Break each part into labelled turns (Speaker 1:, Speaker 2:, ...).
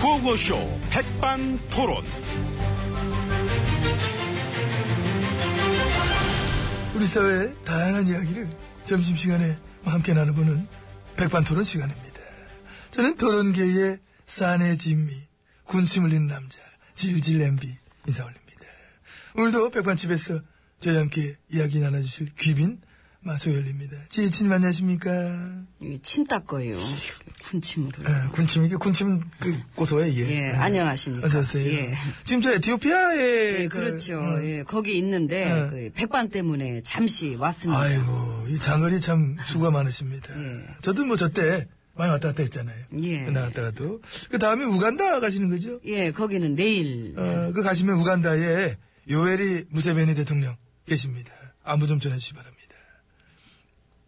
Speaker 1: 구호쇼 백반토론.
Speaker 2: 우리 사회의 다양한 이야기를 점심시간에 함께 나누보는 백반토론 시간입니다. 저는 토론계의 사내 진미, 군침 흘리는 남자, 질질 냄비 인사 올립니다. 오늘도 백반집에서 저희와 함께 이야기 나눠주실 귀빈 마소열입니다. 지혜진님 안녕하십니까?
Speaker 3: 이침 닦어요. 군침으로.
Speaker 2: 아, 군침, 이게 군침 그 고소해, 이게.
Speaker 3: 예,
Speaker 2: 아,
Speaker 3: 안녕하십니까.
Speaker 2: 어서오세요.
Speaker 3: 예.
Speaker 2: 지금 저 에티오피아에.
Speaker 3: 예,
Speaker 2: 그,
Speaker 3: 그렇죠.
Speaker 2: 어,
Speaker 3: 예, 거기 있는데
Speaker 2: 예.
Speaker 3: 그 백반 때문에 잠시 왔습니다.
Speaker 2: 아이고, 이 장거리 참 수고가 많으십니다.
Speaker 3: 예.
Speaker 2: 저도 뭐 저때 많이 왔다 갔다 했잖아요.
Speaker 3: 예.
Speaker 2: 나갔다가도. 그 다음에 우간다 가시는 거죠?
Speaker 3: 예, 거기는 내일.
Speaker 2: 어, 그 가시면 우간다에 요엘이 무세베니 대통령 계십니다. 안부 좀 전해주시 기 바랍니다.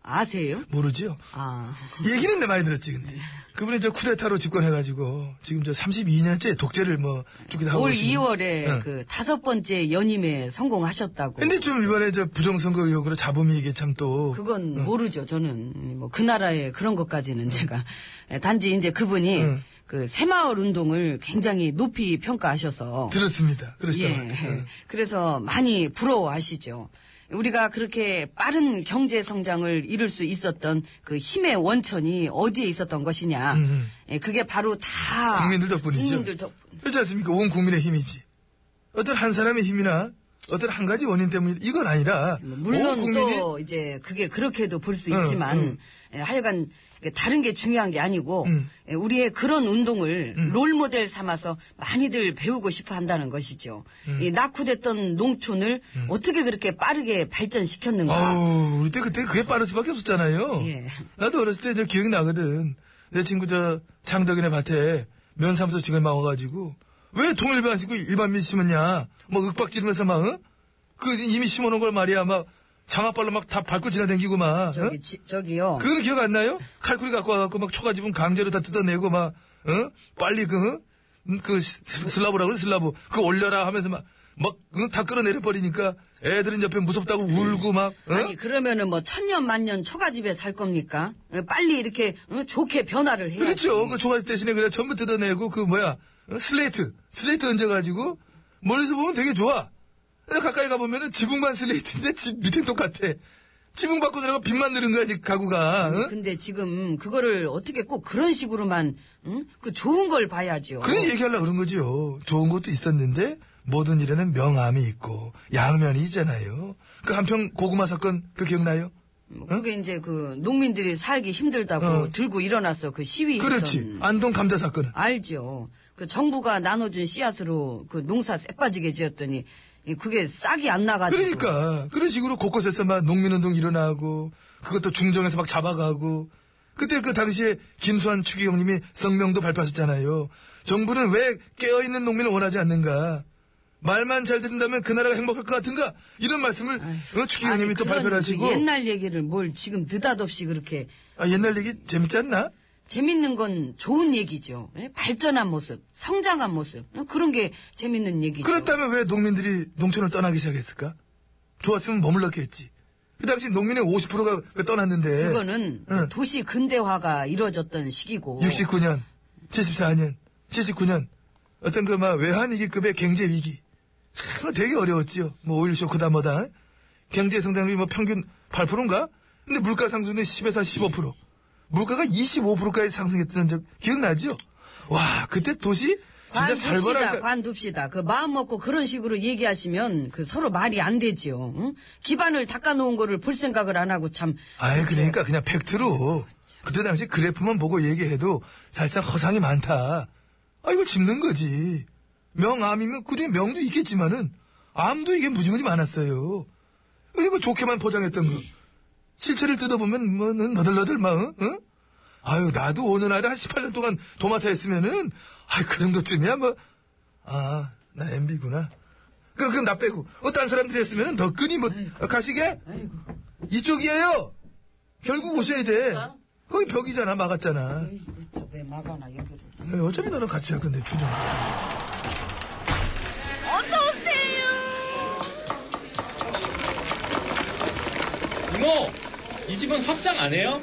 Speaker 3: 아세요?
Speaker 2: 모르지요?
Speaker 3: 아,
Speaker 2: 얘기는 내 많이 들었지,
Speaker 3: 예.
Speaker 2: 근데. 그분이 저 쿠데타로 집권해가지고 지금 저 32년째 독재를 뭐 죽기도 하고.
Speaker 3: 올
Speaker 2: 계시는-
Speaker 3: 2월에
Speaker 2: 응.
Speaker 3: 그 다섯 번째 연임에 성공하셨다고.
Speaker 2: 근데 좀 이번에 저 부정선거 의혹으로 잡음이 이게 참 또. 어,
Speaker 3: 그건 모르죠. 저는 뭐 그 나라의 그런
Speaker 2: 네.
Speaker 3: 것까지는 제가 예, 단지 이제 그분이
Speaker 2: 응.
Speaker 3: 그 새마을 운동을 굉장히 높이 평가하셔서
Speaker 2: 들었습니다. 그러시다가.
Speaker 3: 예. 그래서 많이 부러워하시죠. 우리가 그렇게 빠른 경제 성장을 이룰 수 있었던 그 힘의 원천이 어디에 있었던 것이냐.
Speaker 2: 음, 음.
Speaker 3: 예, 그게 바로 다
Speaker 2: 국민들 덕분이죠.
Speaker 3: 국민들 덕
Speaker 2: 그렇지 않습니까? 온 국민의 힘이지. 어떤 한 사람의 힘이나 어떤 한 가지 원인 때문에 이건 아니라
Speaker 3: 뭐 물론
Speaker 2: 온뭐 국민이
Speaker 3: 또 이제 그게 그렇게도 볼 수
Speaker 2: 응,
Speaker 3: 있지만
Speaker 2: 응.
Speaker 3: 예, 하여간 이게 다른 게 중요한 게 아니고
Speaker 2: 응.
Speaker 3: 예, 우리의 그런 운동을 롤모델 삼아서 많이들 배우고 싶어 한다는 것이죠. 이 낙후됐던 농촌을 어떻게 그렇게 빠르게 발전시켰는가.
Speaker 2: 아우 우리 때 그때 그게 빠를 수밖에 없었잖아요.
Speaker 3: 예.
Speaker 2: 나도 어렸을 때 저 기억이 나거든. 내 친구 저 창덕이네 밭에 면사무소 직원이 막 와가지고 왜 동일배 안 심고 일반민 심었냐 막 윽박 지르면서 막 어? 그 이미 심어놓은 걸 말이야 막 장아발로 막 다 밟고 지나다니고 막
Speaker 3: 저기,
Speaker 2: 어?
Speaker 3: 지- 저기요.
Speaker 2: 그거는 기억 안 나요? 칼쿠리 갖고 와갖고 막 초가집은 강제로 다 뜯어내고 막, 어? 빨리 그, 어? 음, 그 스- 슬라브라고 그래, 슬라브. 그거 올려라 하면서 막, 막, 응? 다 끌어내려버리니까 애들은 옆에 무섭다고 울고 막, 어?
Speaker 3: 아니 그러면은 뭐 천년 만년 초가집에 살 겁니까? 어, 빨리 이렇게 어, 좋게 변화를 해야
Speaker 2: 그렇죠. 그 초가집 대신에 그래 전부 뜯어내고 그 뭐야, 어? 슬레이트. 슬레이트 얹어가지고 멀리서 보면 되게 좋아. 근데 가까이 가보면은 지붕만 슬레이트인데 집 밑엔 똑같아. 지붕 바꿔 들어가 빚만 늘은 거야, 이 가구가. 어?
Speaker 3: 근데 지금 그거를 어떻게 꼭 그런 식으로만 응? 그 좋은 걸 봐야죠.
Speaker 2: 그런 얘기하려고 그런 거죠. 좋은 것도 있었는데, 모든 일에는 명암이 있고, 양면이 있잖아요. 그 한평 고구마 사건, 그 기억나요?
Speaker 3: 뭐 그게 이제 그 농민들이 살기 힘들다고
Speaker 2: 어.
Speaker 3: 들고 일어나서 그 시위했던
Speaker 2: 그렇지. 안동 감자
Speaker 3: 아,
Speaker 2: 사건은.
Speaker 3: 알죠. 그 정부가 나눠준 씨앗으로 그 농사 쎄빠지게 지었더니 이 그게 싹이 안 나가지고
Speaker 2: 그러니까, 그런 식으로 곳곳에서 막 농민운동 일어나고, 그것도 중정에서 막 잡아가고, 그때 그 당시에 김수환 추기경님이 성명도 발표하셨잖아요. 정부는 왜 깨어있는 농민을 원하지 않는가? 말만 잘 듣는다면 그 나라가 행복할 것 같은가? 이런 말씀을 어, 추기경님이
Speaker 3: 아니,
Speaker 2: 또
Speaker 3: 그런
Speaker 2: 발표를 하시고.
Speaker 3: 그 옛날 얘기를 뭘 지금 느닷없이 그렇게
Speaker 2: 아, 옛날 얘기 재밌지 않나?
Speaker 3: 재밌는 건 좋은 얘기죠. 예? 발전한 모습, 성장한 모습. 어, 그런 게 재밌는 얘기죠.
Speaker 2: 그렇다면 왜 농민들이 농촌을 떠나기 시작했을까? 좋았으면 머물렀겠지. 그 당시 농민의 50%가 떠났는데.
Speaker 3: 그거는
Speaker 2: 예.
Speaker 3: 뭐
Speaker 2: 응.
Speaker 3: 도시 근대화가 이루어졌던 시기고.
Speaker 2: 69년, 74년, 79년. 어떤 그 막 외환위기급의 경제위기. 참 되게 어려웠지요. 뭐 오일쇼크다 뭐다. 경제성장률이 뭐 평균 8%인가? 근데 물가 상승은 10에서 15%. 물가가 25%까지 상승했던 적 기억나죠? 와, 그때 도시
Speaker 3: 아,
Speaker 2: 진짜 살벌하게.
Speaker 3: 관둡시다,
Speaker 2: 살-
Speaker 3: 관둡시다. 그 마음 먹고 그런 식으로 얘기하시면 그 서로 말이 안 되지요. 응? 기반을 닦아놓은 거를 볼 생각을 안 하고 참.
Speaker 2: 아이, 그러니까 그냥 팩트로. 그때 당시 그래프만 보고 얘기해도 사실상 허상이 많다. 아, 이걸 짚는 거지. 명암이면, 그 중에 명도 있겠지만은, 암도 이게 무지무지 많았어요. 그리고 좋게만 포장했던 거. 실체를 뜯어보면, 뭐, 는 너덜너덜 막, 응? 응? 아유, 나도 오늘 날에 한 18년 동안 도맡아 했으면은, 아이, 그 정도쯤이야, 뭐. 아, 나 MB구나. 그럼, 그럼 나 빼고. 어떤 사람들이 했으면은 더 끈이 뭐, 가시게? 이쪽이에요. 결국 오셔야 돼.
Speaker 3: 그러니까.
Speaker 2: 거기 벽이잖아, 막았잖아.
Speaker 3: 왜 막아나, 여기를.
Speaker 2: 야, 어차피 너랑 같이 할 건데, 표정.
Speaker 4: 이모, 뭐, 이 집은 확장 안 해요?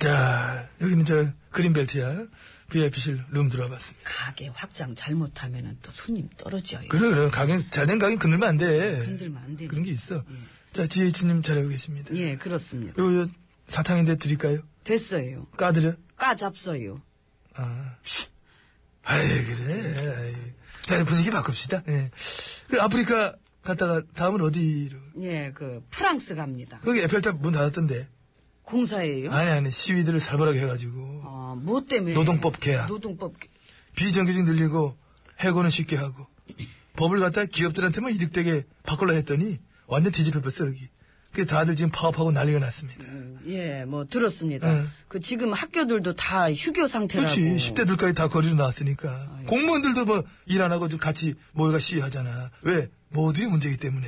Speaker 2: 자, 여기는 저 그린벨트야. VIP실 룸 들어와봤습니다.
Speaker 3: 가게 확장 잘못하면 또 손님 떨어져요.
Speaker 2: 그래, 그래. 가게, 잘된 가게 그늘면 안 돼.
Speaker 3: 건들면 안 돼요.
Speaker 2: 그런 게 있어. 자, GH님 잘하고 계십니다.
Speaker 3: 예, 그렇습니다.
Speaker 2: 요, 요, 사탕인데 드릴까요?
Speaker 3: 됐어요.
Speaker 2: 까드려?
Speaker 3: 까 잡서요.
Speaker 2: 아. 아이, 그래. 아이. 자, 분위기 바꿉시다. 예. 그 아프리카 갔다가 다음은 어디로?
Speaker 3: 예, 그 프랑스 갑니다.
Speaker 2: 거기 에펠탑 문 닫았던데.
Speaker 3: 공사예요.
Speaker 2: 아니, 아니. 시위들을 살벌하게 해가지고.
Speaker 3: 아, 뭐 때문에?
Speaker 2: 노동법 개혁.
Speaker 3: 노동법 개-
Speaker 2: 비정규직 늘리고 해고는 쉽게 하고 법을 갖다 기업들한테만 이득되게 바꾸려 했더니 완전 뒤집혔어 여기. 그 다들 지금 파업하고 난리가 났습니다.
Speaker 3: 예, 뭐 들었습니다.
Speaker 2: 응.
Speaker 3: 그 지금 학교들도 다 휴교 상태라고.
Speaker 2: 네. 그렇지 10대들까지 다 거리로 나왔으니까
Speaker 3: 아이고.
Speaker 2: 공무원들도 뭐 일 안 하고 좀 같이 모여가 시위하잖아. 왜 모두의 문제이기 때문에.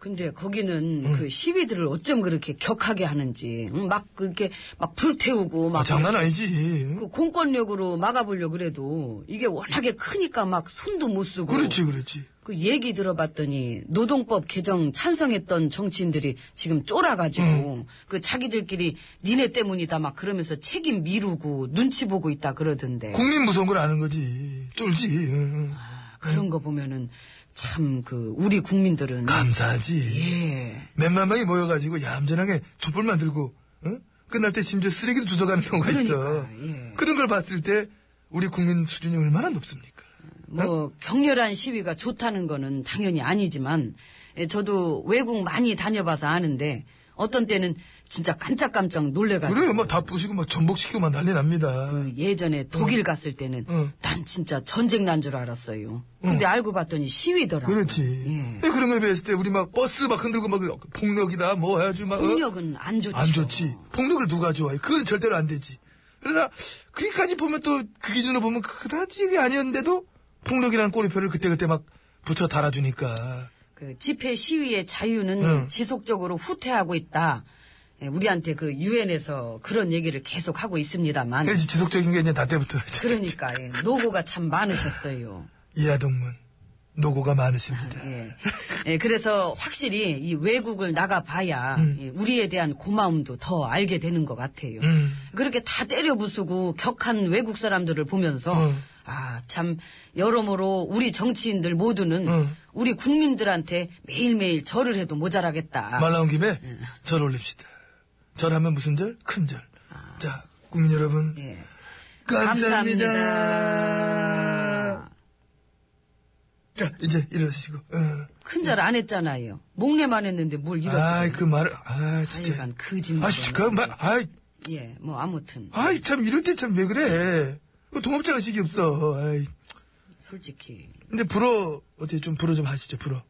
Speaker 3: 근데 거기는
Speaker 2: 음.
Speaker 3: 그 시위들을 어쩜 그렇게 격하게 하는지 음, 막 그렇게 막 불태우고 막
Speaker 2: 아, 장난 아니지.
Speaker 3: 그 공권력으로 막아보려 그래도 이게 워낙에 크니까 막 손도 못 쓰고
Speaker 2: 그렇지 그렇지.
Speaker 3: 그 얘기 들어봤더니 노동법 개정 찬성했던 정치인들이 지금 쫄아가지고
Speaker 2: 네.
Speaker 3: 그 자기들끼리 니네 때문이다 막 그러면서 책임 미루고 눈치 보고 있다 그러던데
Speaker 2: 국민 무서운 걸 아는 거지. 쫄지. 응, 응.
Speaker 3: 아, 그런 거 보면은 참 그 우리 국민들은
Speaker 2: 감사하지.
Speaker 3: 예
Speaker 2: 몇만 명이 모여가지고 얌전하게 촛불만 들고 응? 끝날 때 심지어 쓰레기도 주워가는 경우가 있어.
Speaker 3: 그러니까, 예.
Speaker 2: 그런 걸 봤을 때 우리 국민 수준이 얼마나 높습니까? 네?
Speaker 3: 뭐 격렬한 시위가 좋다는 거는 당연히 아니지만 예, 저도 외국 많이 다녀봐서 아는데 어떤 때는 진짜 깜짝깜짝 놀래가지고
Speaker 2: 그래요, 뭐 막다 부시고 막 전복시키고 막 난리 납니다.
Speaker 3: 그 예전에 독일 갔을 때는
Speaker 2: 응.
Speaker 3: 난 진짜 전쟁 난 줄 알았어요. 근데 알고 봤더니 시위더라고.
Speaker 2: 그렇지.
Speaker 3: 예.
Speaker 2: 근데 그런 거에 비했을 때 우리 막 버스 막 흔들고 막 폭력이다 뭐 해야지 막 어?
Speaker 3: 폭력은 안 좋죠.
Speaker 2: 안 좋지. 폭력을 누가 좋아해? 그건 절대로 안 되지. 그러나 그기까지 보면 또 그 기준으로 보면 그다지 이게 아니었는데도 폭력이라는 꼬리표를 그때그때 막 붙여 달아주니까.
Speaker 3: 그 집회 시위의 자유는
Speaker 2: 응.
Speaker 3: 지속적으로 후퇴하고 있다. 예, 우리한테 그 유엔에서 그런 얘기를 계속 하고 있습니다만.
Speaker 2: 그래서 지속적인 게 이제 나 때부터.
Speaker 3: 그러니까 예, 노고가 참 많으셨어요.
Speaker 2: 이하동문 노고가 많으십니다.
Speaker 3: 예. 예, 그래서 확실히 이 외국을 나가봐야 예, 우리에 대한 고마움도 더 알게 되는 것 같아요.
Speaker 2: 음.
Speaker 3: 그렇게 다 때려 부수고 격한 외국 사람들을 보면서
Speaker 2: 음.
Speaker 3: 아, 참 여러모로 우리 정치인들 모두는
Speaker 2: 음.
Speaker 3: 우리 국민들한테 매일매일 절을 해도 모자라겠다.
Speaker 2: 말 나온 김에
Speaker 3: 예.
Speaker 2: 절 올립시다. 절하면 무슨 절? 큰 절. 자, 국민 여러분
Speaker 3: 아. 예.
Speaker 2: 감사합니다.
Speaker 3: 감사합니다.
Speaker 2: 자, 이제 일어서시고. 어.
Speaker 3: 큰 절 안 했잖아요. 목례만 했는데 뭘
Speaker 2: 아이
Speaker 3: 이렇게.
Speaker 2: 그 말을 아 진짜.
Speaker 3: 하여간 거짓말.
Speaker 2: 아, 씨, 그말 아이
Speaker 3: 예, 뭐 아무튼
Speaker 2: 아이 참 이럴 때 참 왜 그래? 그 동업자 의식이 없어. 아이.
Speaker 3: 솔직히
Speaker 2: 근데 불어 어떻게 좀 불어 좀 하시죠 불어.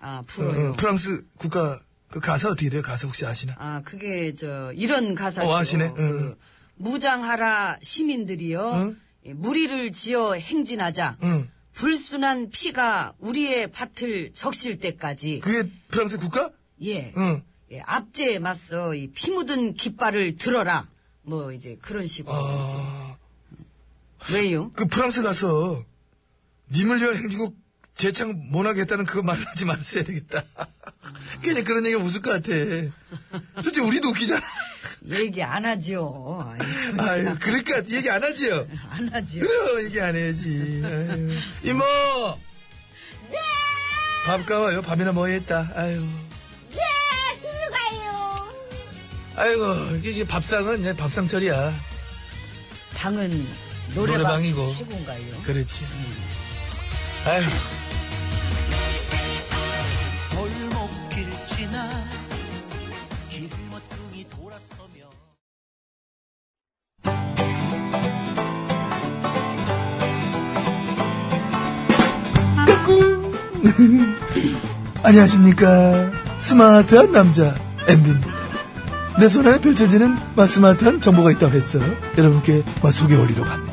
Speaker 3: 아
Speaker 2: 어, 어,
Speaker 3: 부러요.
Speaker 2: 프랑스 국가 그 가사 어떻게 돼요? 가사 혹시 아시나?
Speaker 3: 아, 그게 저 이런 가사죠.
Speaker 2: 어, 아시네.
Speaker 3: 그,
Speaker 2: 응.
Speaker 3: 무장하라 시민들이여
Speaker 2: 응?
Speaker 3: 예, 무리를 지어 행진하자.
Speaker 2: 응.
Speaker 3: 불순한 피가 우리의 밭을 적실 때까지
Speaker 2: 그게 프랑스 국가?
Speaker 3: 예.
Speaker 2: 응.
Speaker 3: 예, 압제에 맞서 이 피 묻은 깃발을 들어라. 뭐 이제 그런 식으로
Speaker 2: 아,
Speaker 3: 이제. 왜요?
Speaker 2: 그 프랑스 가서 님을 위한 행진곡 재창 못하겠다는 그거 말을 하지 말았어야 되겠다. 괜히 그런 얘기가 웃을 것 같아. 솔직히 우리도 웃기잖아.
Speaker 3: 얘기 안 하지요. 아이,
Speaker 2: 아유, 그러니까 얘기 안 하지요.
Speaker 3: 안 하지요.
Speaker 2: 그래, 얘기 안 해야지. 아유. 이모! 밥 까와요. 밥이나 뭐 했다. 아유. 아이고, 이게- 이게 밥상은 이제 밥상철이야.
Speaker 3: 방은 노래방
Speaker 2: 노래방이고.
Speaker 3: 최고인가요?
Speaker 5: 그렇죠.
Speaker 2: 그렇지.
Speaker 5: 음.
Speaker 2: 아유.
Speaker 5: 골목길 지나 길모퉁이 돌아서며
Speaker 2: 안녕하십니까. 스마트한 남자, MB입니다. 내 손안에 펼쳐지는 마 스마트한 정보가 있다고 해서 여러분께 마 소개 올리려고 합니다.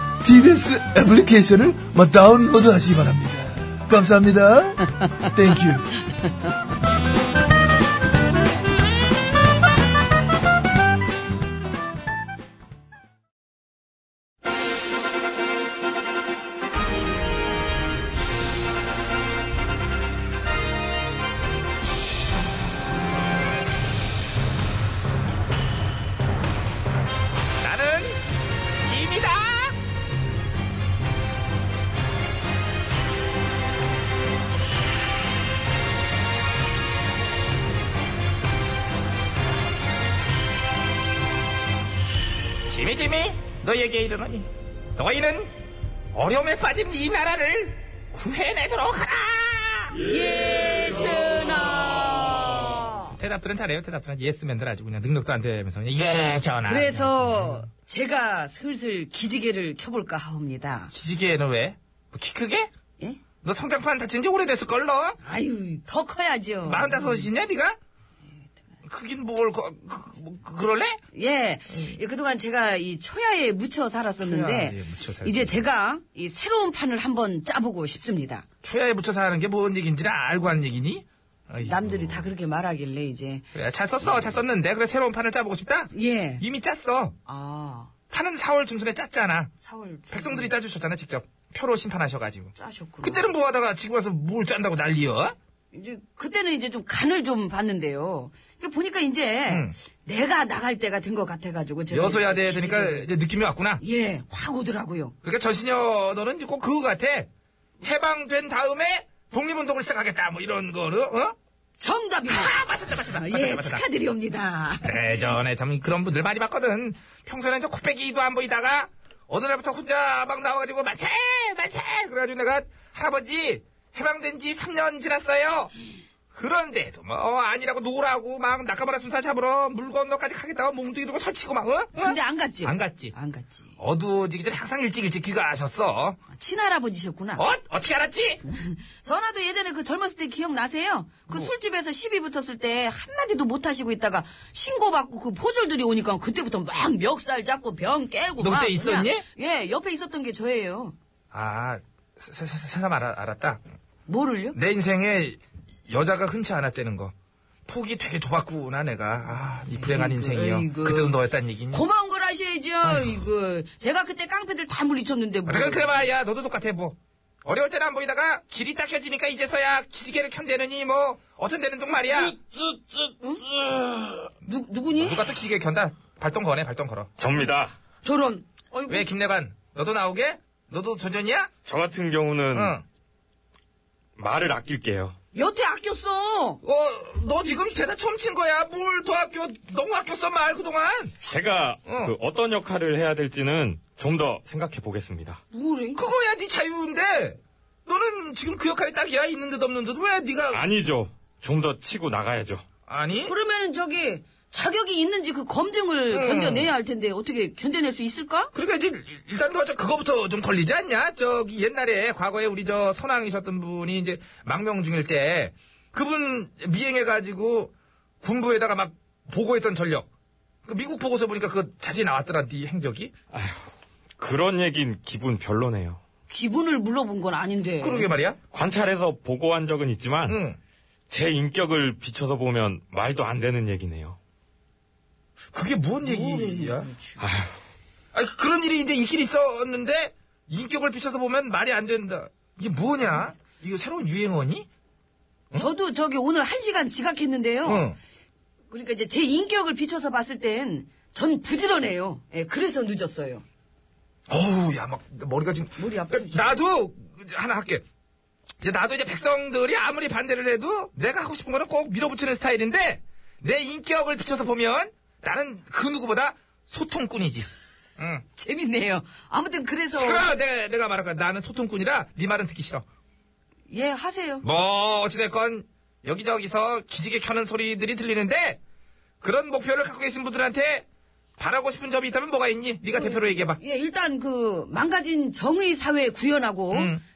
Speaker 2: TBS 애플리케이션을 막 다운로드 하시기 바랍니다. 감사합니다. 땡큐.
Speaker 1: 나는 짐이다. 짐이 짐이 너에게 이르노니 너희는 어려움에 빠진 이 나라를 구해내도록 하라.
Speaker 3: 예전아.
Speaker 1: 대답들은 잘해요. 대답들은 예스맨들 아주 그냥 능력도 안 되면서 그냥 예 전하.
Speaker 3: 그래서 제가 슬슬 기지개를 켜볼까 하옵니다.
Speaker 1: 기지개는 왜? 뭐키 크게?
Speaker 3: 예?
Speaker 1: 너 성장판 다친 지 오래됐을걸 너?
Speaker 3: 아유 더 커야죠.
Speaker 1: 마흔다섯이냐 네가? 그긴 뭘 거, 그, 뭐, 그- 그럴래?
Speaker 3: 예. 예, 그동안 제가 이 초야에 묻혀 살았었는데
Speaker 1: 음. 초야에 묻혀 살고.
Speaker 3: 이제 제가 이 새로운 판을 한번 짜보고 싶습니다.
Speaker 1: 초야에 붙여 사는 게 뭔 얘기인지 알고 하는 얘기니? 아이고.
Speaker 3: 남들이 다 그렇게 말하길래 이제
Speaker 1: 그래, 잘 썼어 잘 썼는데 그래 새로운 판을 짜보고 싶다?
Speaker 3: 예.
Speaker 1: 이미 짰어
Speaker 3: 아
Speaker 1: 판은 4월 중순에 짰잖아
Speaker 3: 4월
Speaker 1: 백성들이 짜주셨잖아 직접 표로 심판하셔가지고
Speaker 3: 짜셨구나.
Speaker 1: 그때는 뭐 하다가 지금 와서 뭘 짠다고 난리여?
Speaker 3: 이제 그때는 이제 좀 간을 좀 봤는데요. 이게 보니까 이제
Speaker 1: 응.
Speaker 3: 내가 나갈 때가 된 것 같아가지고 제가
Speaker 1: 음. 여소야 돼
Speaker 3: 이제
Speaker 1: 되니까
Speaker 3: 기지개를-
Speaker 1: 이제 느낌이 왔구나
Speaker 3: 예, 확 오더라고요.
Speaker 1: 그러니까 전신여 너는 꼭 그거 같아 해방된 다음에 독립운동을 시작하겠다 뭐 이런 거는 어?
Speaker 3: 정답입니다.
Speaker 1: 아 맞췄다 맞췄다
Speaker 3: 아,
Speaker 1: 맞췄다
Speaker 3: 예,
Speaker 1: 맞췄다 네.
Speaker 3: 축하드리옵니다.
Speaker 1: 예전에 참 그런 분들 많이 봤거든. 평소에는 저 코빼기도 안 보이다가 어느 날부터 혼자 막 나와가지고 만세 만세 그래가지고 내가 할아버지 해방된 지 3년 지났어요. 그런데도 뭐 어, 아니라고 노라고 막 낙하바라 순사 잡으러 물 건너까지 가겠다고 몽둥이 들고 설치고 막 어? 어?
Speaker 3: 근데 아- 안 갔지?
Speaker 1: 안 갔지.
Speaker 3: 안 갔지.
Speaker 1: 어두워지기 전에 항상 일찍 일찍 귀가하셨어.
Speaker 3: 친할아버지셨구나.
Speaker 1: 어? 어떻게 알았지?
Speaker 3: 전화도 예전에 그 젊었을 때 기억나세요? 그
Speaker 1: 뭐.
Speaker 3: 술집에서 시비 붙었을 때 한마디도 못 하시고 있다가 신고받고 그 포졸들이 오니까 그때부터 막 멱살 잡고 병 깨고.
Speaker 1: 너
Speaker 3: 막
Speaker 1: 그때
Speaker 3: 그냥-
Speaker 1: 있었니?
Speaker 3: 예, 옆에 있었던 게 저예요.
Speaker 1: 아 세- 세- 세- 새삼 알아- 알았다.
Speaker 3: 뭐를요?
Speaker 1: 내 인생에 여자가 흔치 않았다는 거. 폭이 되게 좁았구나, 내가. 아, 이 불행한
Speaker 3: 에이구,
Speaker 1: 인생이요.
Speaker 3: 에이구.
Speaker 1: 그때도 너였단 얘기니.
Speaker 3: 고마운 걸 하셔야죠. 이거 제가 그때 깡패들 다 물리쳤는데 뭐.
Speaker 1: 어쨌든 그래봐, 야, 너도 똑같아, 뭐. 어려울 때는 안 보이다가 길이 딱 펴지니까 이제서야 기지개를 켠대느니 뭐 어쩐 데는 둥 말이야.
Speaker 3: 누, 누구니?
Speaker 1: 누가 또 기지개 켠다. 발동 거네, 발동 걸어.
Speaker 6: 접니다.
Speaker 3: 저런. 어이구.
Speaker 1: 왜 김내관? 너도 나오게? 너도 전전이야?
Speaker 6: 저 같은 경우는
Speaker 1: 응.
Speaker 6: 말을 아낄게요.
Speaker 3: 여태 아꼈어.
Speaker 1: 어, 너 지금 대사 처음 친 거야. 뭘 더 아껴? 너무 아꼈어 말 그동안.
Speaker 6: 제가
Speaker 1: 어.
Speaker 6: 그 어떤 역할을 해야 될지는 좀 더 생각해 보겠습니다.
Speaker 3: 뭐래?
Speaker 1: 그거야 네 자유인데. 너는 지금 그 역할이 딱이야 있는 듯 없는 듯. 왜 네가
Speaker 6: 아니죠. 좀 더 치고 나가야죠.
Speaker 1: 아니?
Speaker 3: 그러면은 저기 자격이 있는지 그 검증을
Speaker 1: 음.
Speaker 3: 견뎌내야 할 텐데 어떻게 견뎌낼 수 있을까?
Speaker 1: 그러니까 이제 일- 일단 그 그거부터 좀 걸리지 않냐? 저기 옛날에 과거에 우리 저 선왕이셨던 분이 이제 망명 중일 때 그분 미행해 가지고 군부에다가 막 보고했던 전력. 그 미국 보고서 보니까 그 자세히 나왔더라 네 행적이.
Speaker 6: 그런 얘긴 기분 별로네요.
Speaker 3: 기분을 물어본 건 아닌데.
Speaker 1: 그러게 말이야.
Speaker 6: 관찰해서 보고한 적은 있지만
Speaker 1: 응.
Speaker 6: 제 인격을 비춰서 보면 말도 안 되는 얘기네요.
Speaker 1: 그게 뭔뭐 얘기야?
Speaker 6: 아휴,
Speaker 1: 아 그런 일이 이제 있긴 있었는데 인격을 비춰서 보면 말이 안 된다. 이게 뭐냐? 이거 새로운 유행어니?
Speaker 3: 저도 저기 오늘 한 시간 지각했는데요.
Speaker 1: 응.
Speaker 3: 그러니까 이제 제 인격을 비춰서 봤을 땐 전 부지런해요. 예, 그래서 늦었어요.
Speaker 1: 어우, 야, 막, 머리가 지금.
Speaker 3: 머리 아프지?
Speaker 1: 나도, 하나 할게. 이제 나도 이제 백성들이 아무리 반대를 해도 내가 하고 싶은 거는 꼭 밀어붙이는 스타일인데, 내 인격을 비춰서 보면 나는 그 누구보다 소통꾼이지. 응.
Speaker 3: 재밌네요. 아무튼 그래서
Speaker 1: 싫어! 내가, 내가 말할 거야. 나는 소통꾼이라 네 말은 듣기 싫어.
Speaker 3: 예 하세요.
Speaker 1: 뭐, 어찌됐건, 여기저기서 기지개 켜는 소리들이 들리는데, 그런 목표를 갖고 계신 분들한테 바라고 싶은 점이 있다면 뭐가 있니? 네가 대표로 얘기해봐.
Speaker 3: 예 일단 그 망가진 정의 사회 구현하고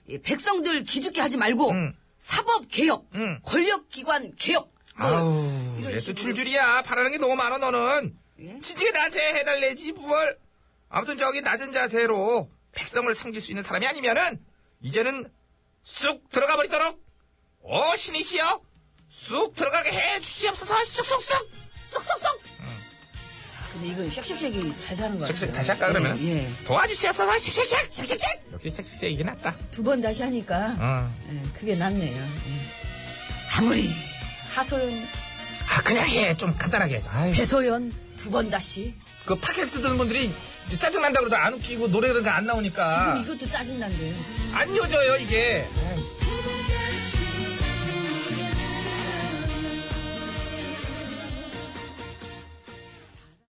Speaker 3: 예, 백성들 기죽게 하지 말고
Speaker 1: 음.
Speaker 3: 사법 개혁,
Speaker 1: 음.
Speaker 3: 권력 기관 개혁. 뭐
Speaker 1: 아우,
Speaker 3: 이런
Speaker 1: 얘또
Speaker 3: 식으로.
Speaker 1: 줄줄이야. 바라는 게 너무 많아, 너는.
Speaker 3: 예?
Speaker 1: 지지게 나한테 해달래지, 뭘. 아무튼 저기 낮은 자세로 백성을 섬길 수 있는 사람이 아니면은 이제는 쑥 들어가 버리도록 오 신이시여 쑥 들어가게 해 주시옵소서 쑥쑥쑥 쑥쑥쑥
Speaker 3: 근데 이건 쉑쉑쉑이 잘 사는 것 같아요.
Speaker 1: 쑥쑥 다시 할까 그러면은
Speaker 3: 예. 예.
Speaker 1: 도와주시옵소서 쉑쉑쉑 쉑쉑쉑 역시 쉑쉑쉑 이게 낫다
Speaker 3: 두 번 다시 하니까
Speaker 1: 어.
Speaker 3: 예, 그게 낫네요. 예. 아무리 하소연,
Speaker 1: 아 그냥 해 좀 간단하게 해줘 아유.
Speaker 3: 배소연 두 번 다시.
Speaker 1: 그 팟캐스트 듣는 분들이 짜증난다 그러다 안 웃기고 노래 그런 거 안 나오니까
Speaker 3: 지금 이것도 짜증난데요.
Speaker 1: 안 이어져요 이게